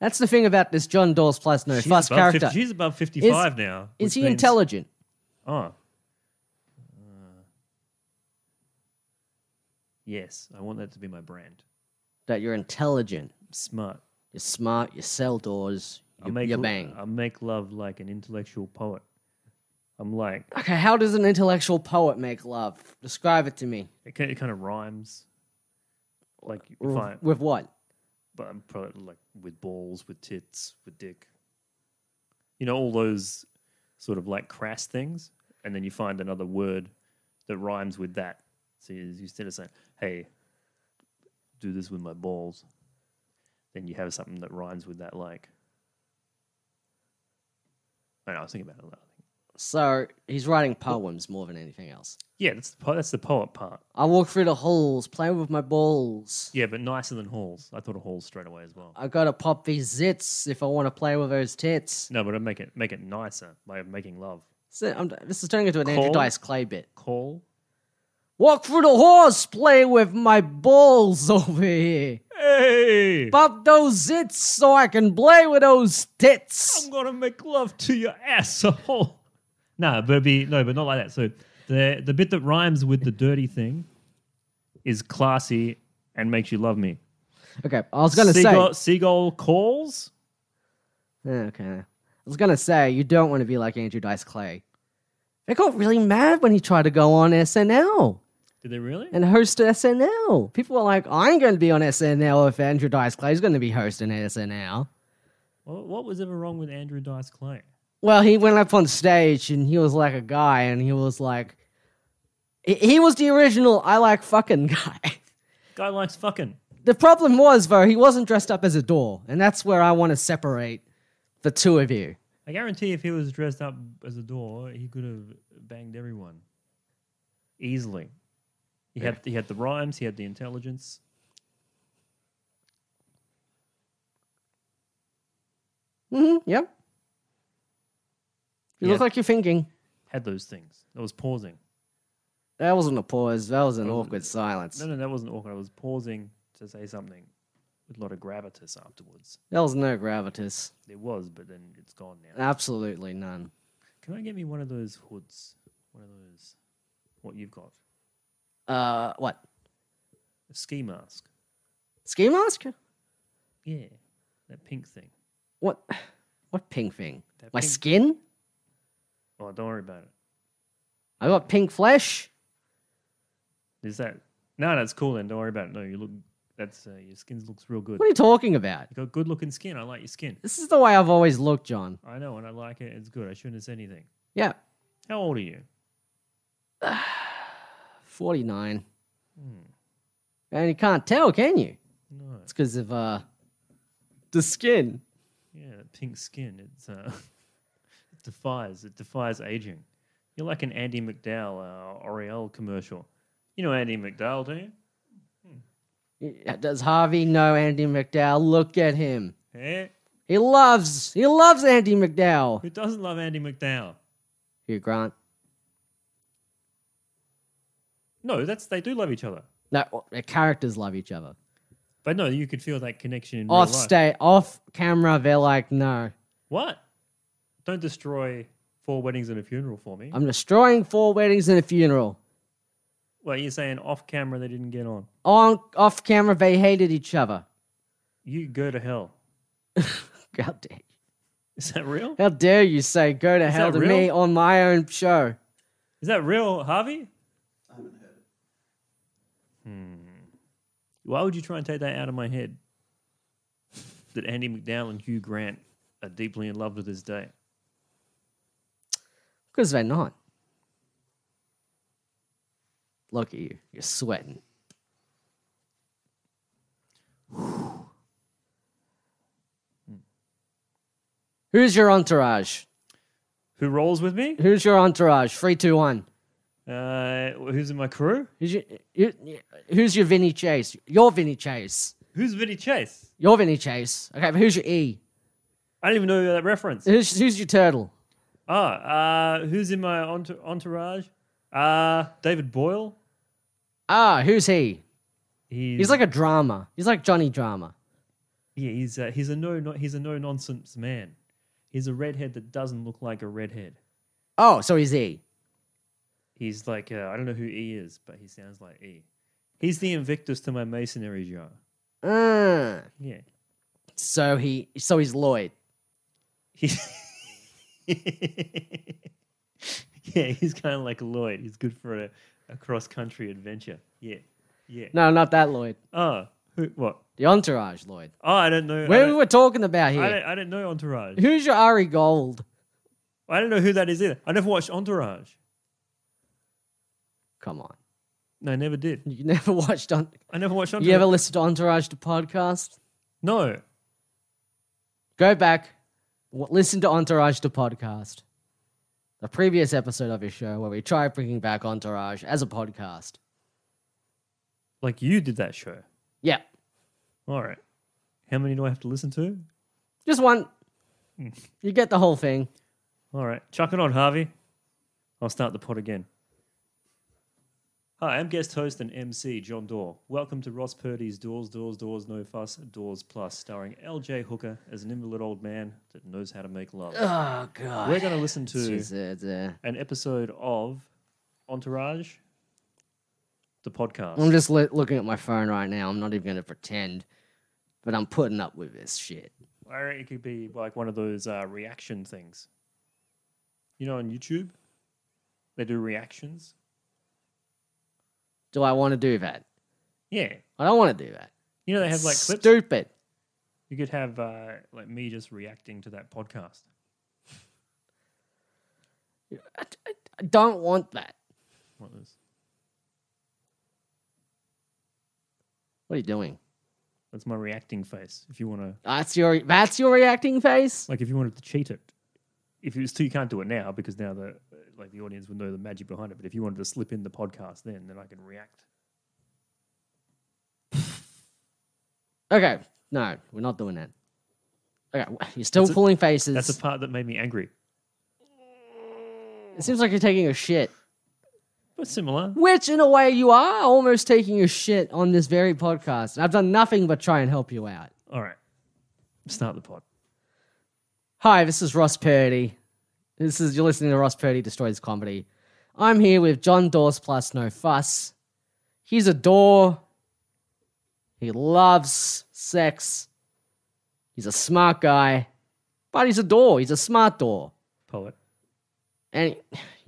S2: That's the thing about this John Dawes plus no fuss
S3: above 50
S2: character.
S3: she's above 55 now.
S2: Is
S3: which
S2: he
S3: means-
S2: intelligent?
S3: Oh. Uh, yes, I want that to be my brand.
S2: That you're intelligent,
S3: Smart.
S2: you're smart, you sell doors,
S3: I make
S2: you
S3: l- uh,
S2: bang.
S3: I make love like an intellectual poet. I'm like
S2: Okay, how does an intellectual poet make love? Describe it to me.
S3: it, ki- it kind of rhymes. Like if I,
S2: With, with what?
S3: but I'm probably like with balls, with tits, with dick. You know all those sort of like crass things, and then you find another word that rhymes with that. So you, you instead of saying, "Hey, do this with my balls," then you have something that rhymes with that. Like, I know. I was thinking about it. Now.
S2: So he's writing poems more than anything else.
S3: Yeah, that's the po- that's the poet part.
S2: I walk through the halls, playing with my balls.
S3: Yeah, but nicer than halls. I thought of halls straight away as well.
S2: I gotta pop these zits if I want to play with those tits.
S3: No, but I make it make it nicer by making love.
S2: So, I'm, this is turning into an Andrew
S3: Call?
S2: Dice Clay bit.
S3: Call.
S2: Walk through the halls, play with my balls over here.
S3: Hey.
S2: Pop those zits so I can play with those tits.
S3: I'm gonna make love to your asshole. No, but it'd be no, but not like that. So the the bit that rhymes with the dirty thing is classy and makes you love me.
S2: Okay, I was gonna say.
S3: Seagull, seagull calls.
S2: Yeah, Okay. I was gonna say you don't want to be like Andrew Dice Clay. They got really mad when he tried to go on SNL
S3: Did they really?
S2: and host SNL. People were like, "I ain't gonna be on SNL if Andrew Dice Clay's gonna be hosting SNL."
S3: What, what was ever wrong with Andrew Dice Clay?
S2: Well, he went up on stage and he was like a guy, and he was like, he- he was the original "I like fucking" guy.
S3: Guy likes fucking.
S2: The problem was though he wasn't dressed up as a door, and that's where I want to separate the two of you.
S3: I guarantee if he was dressed up as a door, he could have banged everyone easily. He had he had the rhymes. He had the intelligence.
S2: hmm Yep. You look
S3: Mm-hmm. Yeah.
S2: like you're thinking.
S3: Had those things. I was pausing.
S2: That wasn't a pause. That was an awkward silence.
S3: Mm. No, no, that wasn't awkward. I was pausing to say something with a lot of gravitas afterwards.
S2: That was no gravitas.
S3: There was, but then it's gone now.
S2: Absolutely none.
S3: Can I get me one of those hoods? One of those, what you've got?
S2: Uh, what?
S3: A ski mask.
S2: Ski mask?
S3: Yeah, that pink thing.
S2: What? What pink thing?
S3: That
S2: My
S3: pink-
S2: skin?
S3: Oh, don't worry about it.
S2: I got pink flesh.
S3: Is that? No, that's cool then. Don't worry about it. No, you look. That's uh, your skin looks real good.
S2: What are you talking about?
S3: You got good looking skin. I like your skin.
S2: This is the way I've always looked, John.
S3: I know, and I like it. It's good. I shouldn't have said anything.
S2: Yeah,
S3: How old are you?
S2: forty nine.
S3: Hmm.
S2: And you can't tell, can you?
S3: No.
S2: It's because of uh, the skin.
S3: Yeah, that pink skin. It's uh, it defies it defies aging. You're like an Andy McDowell uh, Oriel commercial. You know Andy McDowell, do you?
S2: Yeah, Does Harvey know Andy McDowell? Look at him.
S3: Eh?
S2: He loves. He loves Andy McDowell.
S3: Who doesn't love Andy McDowell?
S2: Hugh Grant.
S3: No, that's they do love each other.
S2: No, their characters love each other.
S3: But no, you could feel that connection in
S2: Off
S3: real life.
S2: stage, off camera, they're like, no,
S3: What? Don't destroy four weddings and a funeral for me.
S2: I'm destroying four weddings and a funeral.
S3: well, you're saying off camera they didn't get on.
S2: On off camera, they hated each other.
S3: You go to hell.
S2: How dare,
S3: Is that real?
S2: how dare you say go to hell
S3: that
S2: to me
S3: real?
S2: on my own show?
S3: Is that real, Harvey? I haven't heard it. Hmm. Why would you try and take that out of my head? That Andy McDowell and Hugh Grant are deeply in love to this day.
S2: Because they're not. Look at you. You're sweating. Who's your entourage?
S3: Who rolls with me?
S2: Who's your entourage? Three, two, one.
S3: Uh, who's in my crew?
S2: Who's your, you, you- who's your Vinny Chase? Your Vinny Chase.
S3: Who's Vinny Chase?
S2: Your Vinny Chase. Okay, but who's your E?
S3: I don't even know that reference.
S2: Who's, who's your turtle?
S3: Ah, uh, who's in my entou- entourage? Uh, David Boyle.
S2: Ah, who's he?
S3: He's,
S2: He's like a drama. He's like Johnny Drama.
S3: yeah, he's uh, he's a no, no he's a no nonsense man. He's a redhead that doesn't look like a redhead.
S2: Oh, so he's E.
S3: He's like, uh, I don't know who E is, but he sounds like E. He's the Invictus to my masonry jar.
S2: Uh,
S3: Yeah.
S2: so he so he's Lloyd.
S3: He- yeah, he's kind of like Lloyd. He's good for a, a cross country adventure. Yeah, yeah.
S2: No, not that Lloyd.
S3: Oh, who? What?
S2: The entourage Lloyd.
S3: Oh, I don't know. I
S2: Where we
S3: don't-
S2: were talking about
S3: I
S2: here.
S3: don't, I don't know Entourage.
S2: Who's your Ari Gold?
S3: I don't know who that is either. I never watched Entourage.
S2: Come on.
S3: No, I never did.
S2: You never watched on
S3: I never watched Entourage.
S2: You ever listened to Entourage the podcast?
S3: No.
S2: Go back, w- listen to Entourage the podcast. The previous episode of your show where we try bringing back Entourage as a podcast.
S3: Like you did that show.
S2: Yeah.
S3: All right. How many do I have to listen to?
S2: Just one.
S3: Hmm.
S2: You get the whole thing.
S3: All right. Chuck it on, Harvey. I'll start the pod again. Hi, I'm guest host and MC John Dorr. Welcome to Ross Purdy's Doors, Doors, Doors, No Fuss, Doors Plus, starring LJ Hooker as an invalid old man that knows how to make love.
S2: Oh, God.
S3: We're going to listen to
S2: Jeez, it's, uh,
S3: an episode of Entourage, the podcast.
S2: I'm just li- looking at my phone right now. I'm not even going to pretend, but I'm putting up with this shit.
S3: I reckon it could be like one of those uh, reaction things. You know, on YouTube, they do reactions.
S2: Do I want to do that?
S3: Yeah.
S2: I don't want to do that.
S3: You know, they have like clips.
S2: Stupid.
S3: You could have uh, like me just reacting to that podcast.
S2: I, I- I don't want that.
S3: What is-
S2: What are you doing?
S3: That's my reacting face. If you want to,
S2: That's your that's your reacting face.
S3: like, if you wanted to cheat it, if it was too, you can't do it now because now the like the audience would know the magic behind it. But if you wanted to slip in the podcast, then then I can react.
S2: Okay, no, we're not doing that. Okay, w- you're still
S3: That's a-
S2: pulling faces.
S3: That's the part that made me angry.
S2: it seems like you're taking a shit,
S3: But similar.
S2: which in a way you are almost taking a shit on this very podcast. And I've done nothing but try and help you out.
S3: All right, start the pod.
S2: Hi, this is Ross Purdy. This is you're listening to Ross Purdy Destroys Comedy. I'm here with John Dawes plus No Fuss. He's a door. He loves sex. He's a smart guy, but he's a door. He's a smart door,
S3: Poet.
S2: and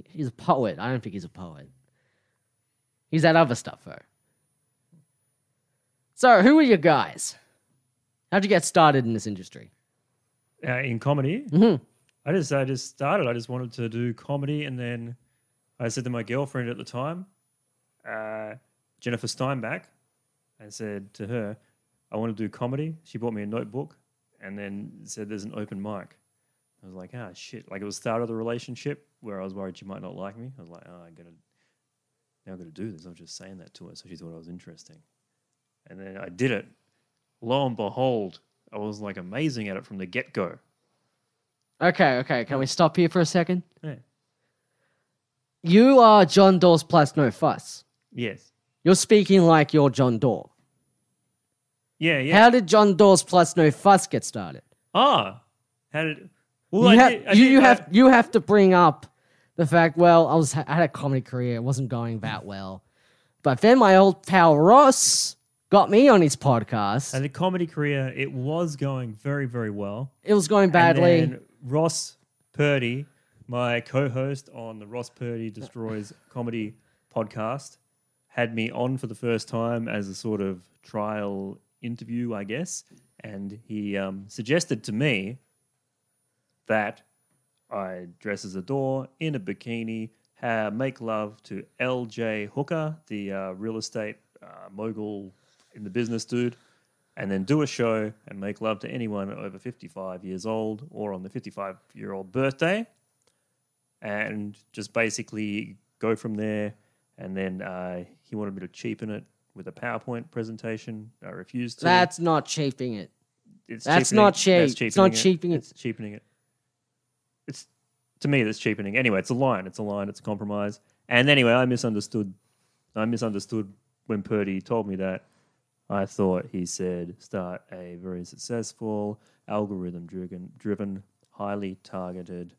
S2: he's a poet. I don't think he's a poet. He's that other stuff though. So, who are you guys? How'd you get started in this industry?
S3: uh, in comedy.
S2: Mhm.
S3: I just I just started. I just wanted to do comedy, and then I said to my girlfriend at the time, uh, Jennifer Steinbach, I said to her, I want to do comedy. She bought me a notebook, and then said, "There's an open mic." I was like, "Ah, shit!" Like it was the start of the relationship where I was worried she might not like me. I was like, "Oh, I gotta now I gotta do this." I was just saying that to her, so she thought I was interesting, and then I did it. Lo and behold, I was like amazing at it from the get go.
S2: Okay, okay. Can we stop here for a second?
S3: Yeah.
S2: You are John Dawes plus no fuss.
S3: Yes.
S2: You're speaking like you're John Daw.
S3: Yeah, yeah.
S2: How did John Dawes plus no fuss get started?
S3: ah, how did? Well,
S2: you
S3: I
S2: have,
S3: did, I
S2: you,
S3: did- uh,
S2: you
S3: I-
S2: have you have to bring up the fact. Well, I was I had a comedy career; it wasn't going that well. But then my old pal Ross got me on his
S3: I
S2: podcast.
S3: had a comedy career. It was going very, very well.
S2: It was going
S3: And
S2: badly.
S3: then Ross Purdy, my co-host on the Ross Purdy Destroys Comedy podcast, had me on for the first time as a sort of trial interview, I guess, and he um, suggested to me that I dress as a door in a bikini, ha make love to L.J. Hooker, the uh, real estate uh, mogul in the business dude, and then do a show and make love to anyone over 55 years old or on the 55 year old birthday, and just basically go from there. And then uh, he wanted me to cheapen it with a PowerPoint presentation. I refused to.
S2: that's not cheaping it.
S3: It's
S2: That's
S3: cheapening-
S2: not cheap.
S3: that's
S2: It's not cheapening it.
S3: It's cheapening it. It's to me that's cheapening. Anyway, it's a line. It's a line. It's a compromise. And anyway, I misunderstood. I misunderstood when Purdy told me that. I thought he said start a very successful algorithm driven, driven highly targeted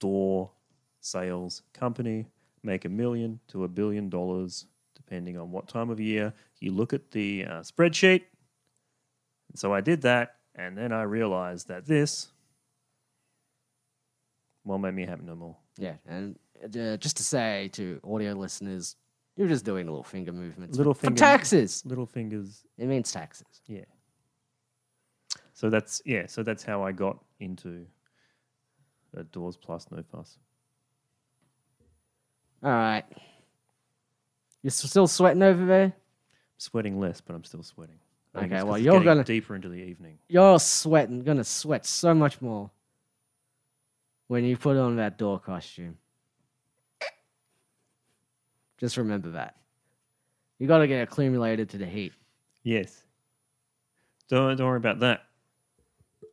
S3: door sales company, make a million to a billion dollars depending on what time of year you look at the uh, spreadsheet. So I did that, and then I realized that this Won't make me happy no more.
S2: Yeah, and uh, just to say to audio listeners, you're just doing little finger movements.
S3: Little
S2: for
S3: finger-
S2: taxes.
S3: Little fingers.
S2: It means taxes.
S3: Yeah. So that's yeah. So that's how I got into uh, Doors Plus No Fuss.
S2: All right. You're s- still sweating over there.
S3: Sweating less, but I'm still sweating. I think
S2: Okay,
S3: it's 'cause
S2: well,
S3: it's
S2: you're
S3: getting
S2: gonna-
S3: deeper into the evening.
S2: You're sweating. Gonna sweat so much more when you put on that door costume. Just remember that. You got to get accumulated to the heat.
S3: Yes. Don't don't worry about that.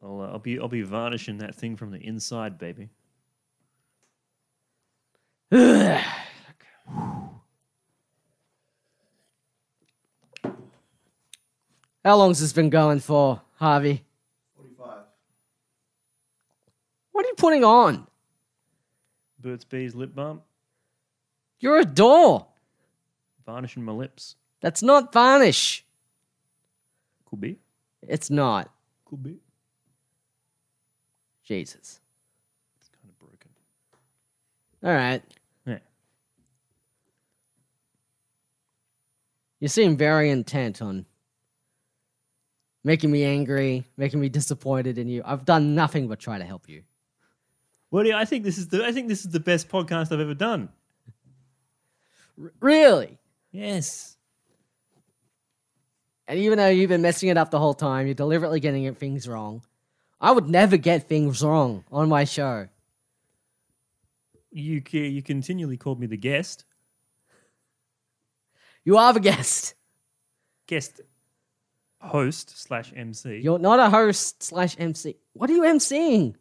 S3: I'll uh, I'll be I'll be varnishing that thing from the inside, baby.
S2: How long's this been going for, Harvey?
S4: 45.
S2: What are you putting on?
S3: Burt's Bees lip balm,
S2: You're a door.
S3: varnishing my lips.
S2: That's not varnish.
S3: Could be.
S2: It's not.
S3: Could be.
S2: Jesus.
S3: It's kind of broken.
S2: All right.
S3: Yeah.
S2: You seem very intent on making me angry, making me disappointed in you. I've done nothing but try to help you.
S3: Well, yeah, I think this is the I think this is the best podcast I've ever done.
S2: Really?
S3: Yes.
S2: And even though you've been messing it up the whole time, you're deliberately getting it- things wrong. I would never get things wrong on my show.
S3: You ca- you continually called me the guest.
S2: You are the guest.
S3: Guest host slash MC.
S2: You're not a host slash MC. What are you MCing?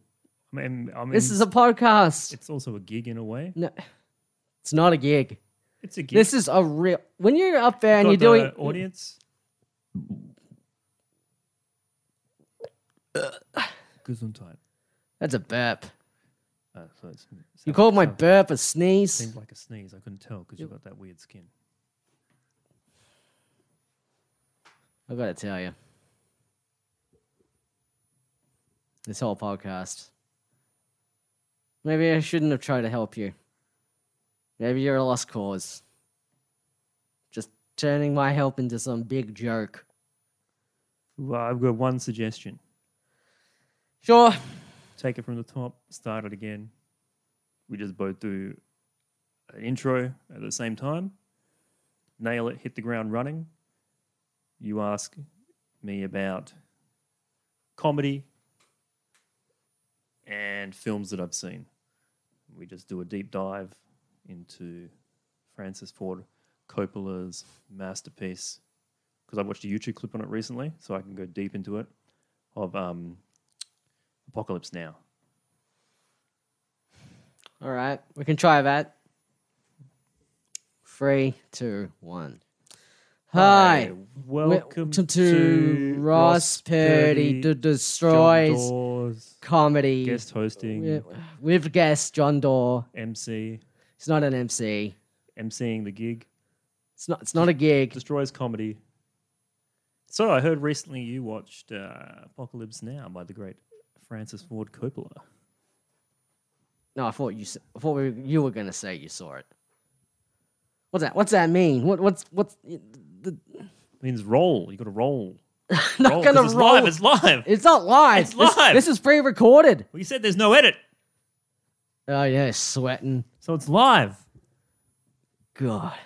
S3: I'm, I'm- I'm-
S2: This is a podcast.
S3: it's also a gig in a way.
S2: No, it's not a gig.
S3: It's a gig.
S2: This is a real. When you're up there and
S3: Got
S2: you're
S3: the
S2: doing
S3: audience. Gesundheit.
S2: That's a burp.
S3: Uh, so it's, it
S2: You
S3: sounds-
S2: called my
S3: sounds-
S2: burp a sneeze.
S3: seemed like a sneeze. I couldn't tell because you've got that weird skin.
S2: I gotta tell you, this whole podcast. Maybe I shouldn't have tried to help you. Maybe you're a lost cause. Just turning my help into some big joke.
S3: Well, I've got one suggestion.
S2: Sure,
S3: Take it from the top. Start it again. We just both do an intro at the same time. Nail it. Hit the ground running. You ask me about comedy and films that I've seen. We just do a deep dive into Francis Ford Coppola's masterpiece because I watched a YouTube clip on it recently, so I can go deep into it of um, Apocalypse Now.
S2: alright, we can try that. Three, two, one. Hi.
S3: welcome
S2: to, to Ross Purdy to destroys
S3: Doors,
S2: comedy
S3: guest hosting,
S2: with, with guest John Dore.
S3: MC,
S2: It's not an MC.
S3: MCing the gig,
S2: It's not. It's not a gig.
S3: destroys comedy. So I heard recently you watched uh, Apocalypse Now by the great Francis Ford Coppola.
S2: No, I thought you. s- I thought we, you were gonna say you saw it. What's that? What's that mean? What? What's? What's? The,
S3: means roll. You got to roll.
S2: not
S3: roll 'cause
S2: gonna
S3: it's
S2: roll.
S3: live. It's live.
S2: It's not live.
S3: It's
S2: This-
S3: live.
S2: This, is pre-recorded.
S3: Well, you said there's no edit,
S2: Oh yeah, sweating.
S3: so it's live.
S2: God.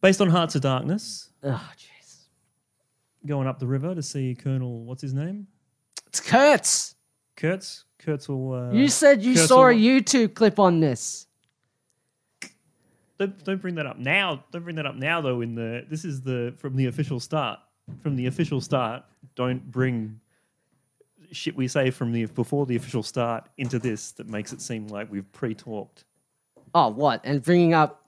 S3: Based on Hearts of Darkness,
S2: Oh jeez.
S3: going up the river to see Colonel. What's his name?
S2: It's Kurtz.
S3: Kurtz. Kurtz will. Uh,
S2: You said you
S3: Kurtz
S2: saw a
S3: will-
S2: YouTube clip on this.
S3: Don't, don't bring that up now. Don't bring that up now, though. In the this is the from the official start. From the official start, don't bring shit we say from the before the official start into this that makes it seem like we've pre-talked.
S2: Oh what? And bringing up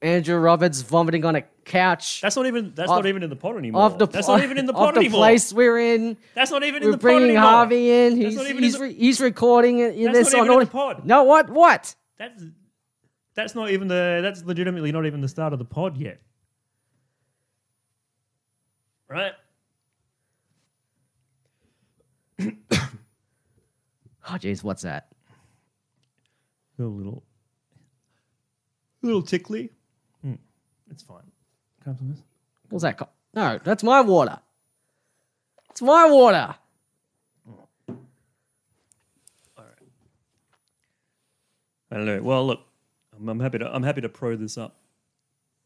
S2: Andrew Roberts vomiting on a couch
S3: That's not even. That's
S2: Of-
S3: not even in the pod anymore.
S2: of the
S3: that's
S2: pl-
S3: not even in the
S2: of
S3: pod
S2: the
S3: anymore.
S2: place we're in.
S3: That's not even in
S2: We're
S3: the pod anymore.
S2: bringing Harvey in.
S3: That's
S2: He's
S3: not even in
S2: he's,
S3: the-
S2: re- he's recording it. in
S3: That's
S2: this
S3: not
S2: on
S3: even in
S2: audio-
S3: the pod.
S2: No, what? What?
S3: That's that's not even the that's legitimately not even the start of the pod yet. Right?
S2: Oh, jeez, what's that?
S3: A little, a little tickly. Hmm, It's fine. Can I have some of this?
S2: What's that? Co- no, that's my water. It's my water.
S3: I don't know. Well, look, I'm, I'm happy to I'm happy to pro this up.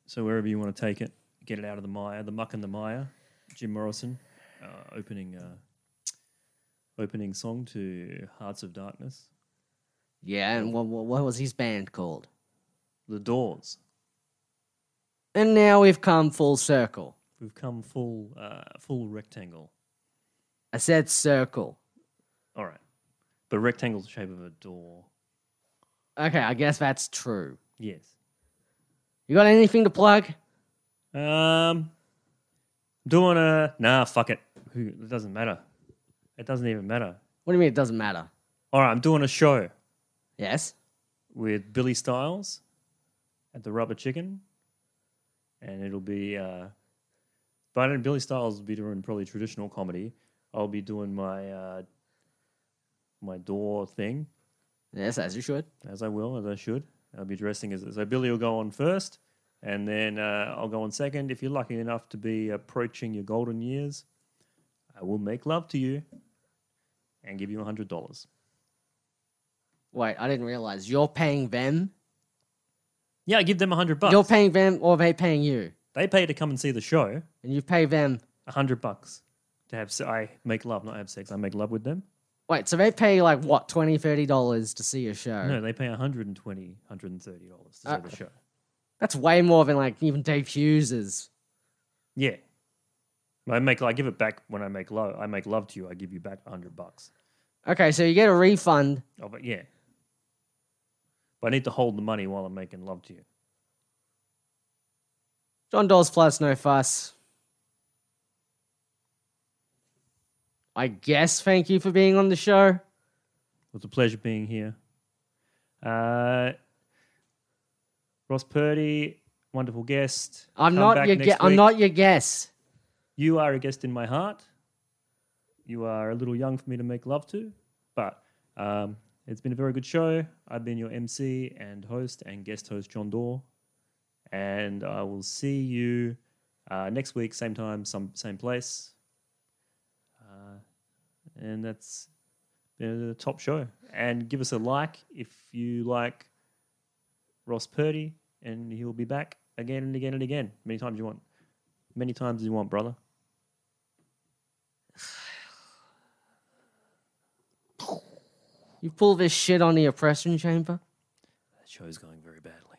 S3: So wherever you want to take it, get it out of the mire, the muck and the mire. Jim Morrison, uh, opening uh, opening song to Hearts of Darkness,
S2: Yeah, and what, what, what was his band called?
S3: The Doors.
S2: And now we've come full circle.
S3: We've come full uh, full rectangle.
S2: I said circle.
S3: All right, but rectangle's the shape of a door.
S2: Okay, I guess that's true.
S3: Yes.
S2: You got anything to plug?
S3: Um, doing a nah. Fuck it. Who? It doesn't matter. It doesn't even matter.
S2: What do you mean it doesn't matter?
S3: All right, I'm doing a show.
S2: Yes?
S3: with Billy Styles at the Rubber Chicken, and it'll be. Uh, but then Billy Styles will be doing probably traditional comedy. I'll be doing my uh, my door thing
S2: Yes, as you should.
S3: as I will, as I should. I'll be dressing as so Billy will go on first, and then uh, I'll go on second. If you're lucky enough to be approaching your golden years, I will make love to you and give you a hundred dollars.
S2: Wait, I didn't realize you're paying them.
S3: Yeah, give them a hundred bucks.
S2: You're paying them, or they paying you,
S3: they pay to come and see the show.
S2: and you pay them.
S3: a hundred bucks to have. Se- I make love, not have sex. I make love with them.
S2: Wait, so they pay like what, 20 dollars to see a show?
S3: No, they pay 120 130 dollars to see the show.
S2: That's way more than like even Dave Hughes's.
S3: Yeah, I make. I give it back when I make love. I make love to you. I give you back a hundred bucks.
S2: Okay, so you get a refund.
S3: Oh, but yeah, but I need to hold the money while I'm making love to you.
S2: John Dawes plus no fuss. I guess thank you for being on the show.
S3: It was a pleasure being here. Uh, Ross Purdy, wonderful guest.
S2: I'm
S3: Come
S2: not
S3: back
S2: your
S3: next
S2: gue- I'm
S3: week.
S2: not your guess.
S3: You are a guest in my heart. You are a little young for me to make love to, but um, it's been a very good show. I've been your MC and host and guest host, John Dore, and I will see you uh, next week, same time, some same place. Uh, and that's been the top show. And give us a like if you like Ross Purdy, and he'll be back again and again and again, many times you want, many times you want, brother.
S2: You pull this shit on the oppression chamber.
S3: That show's going very badly.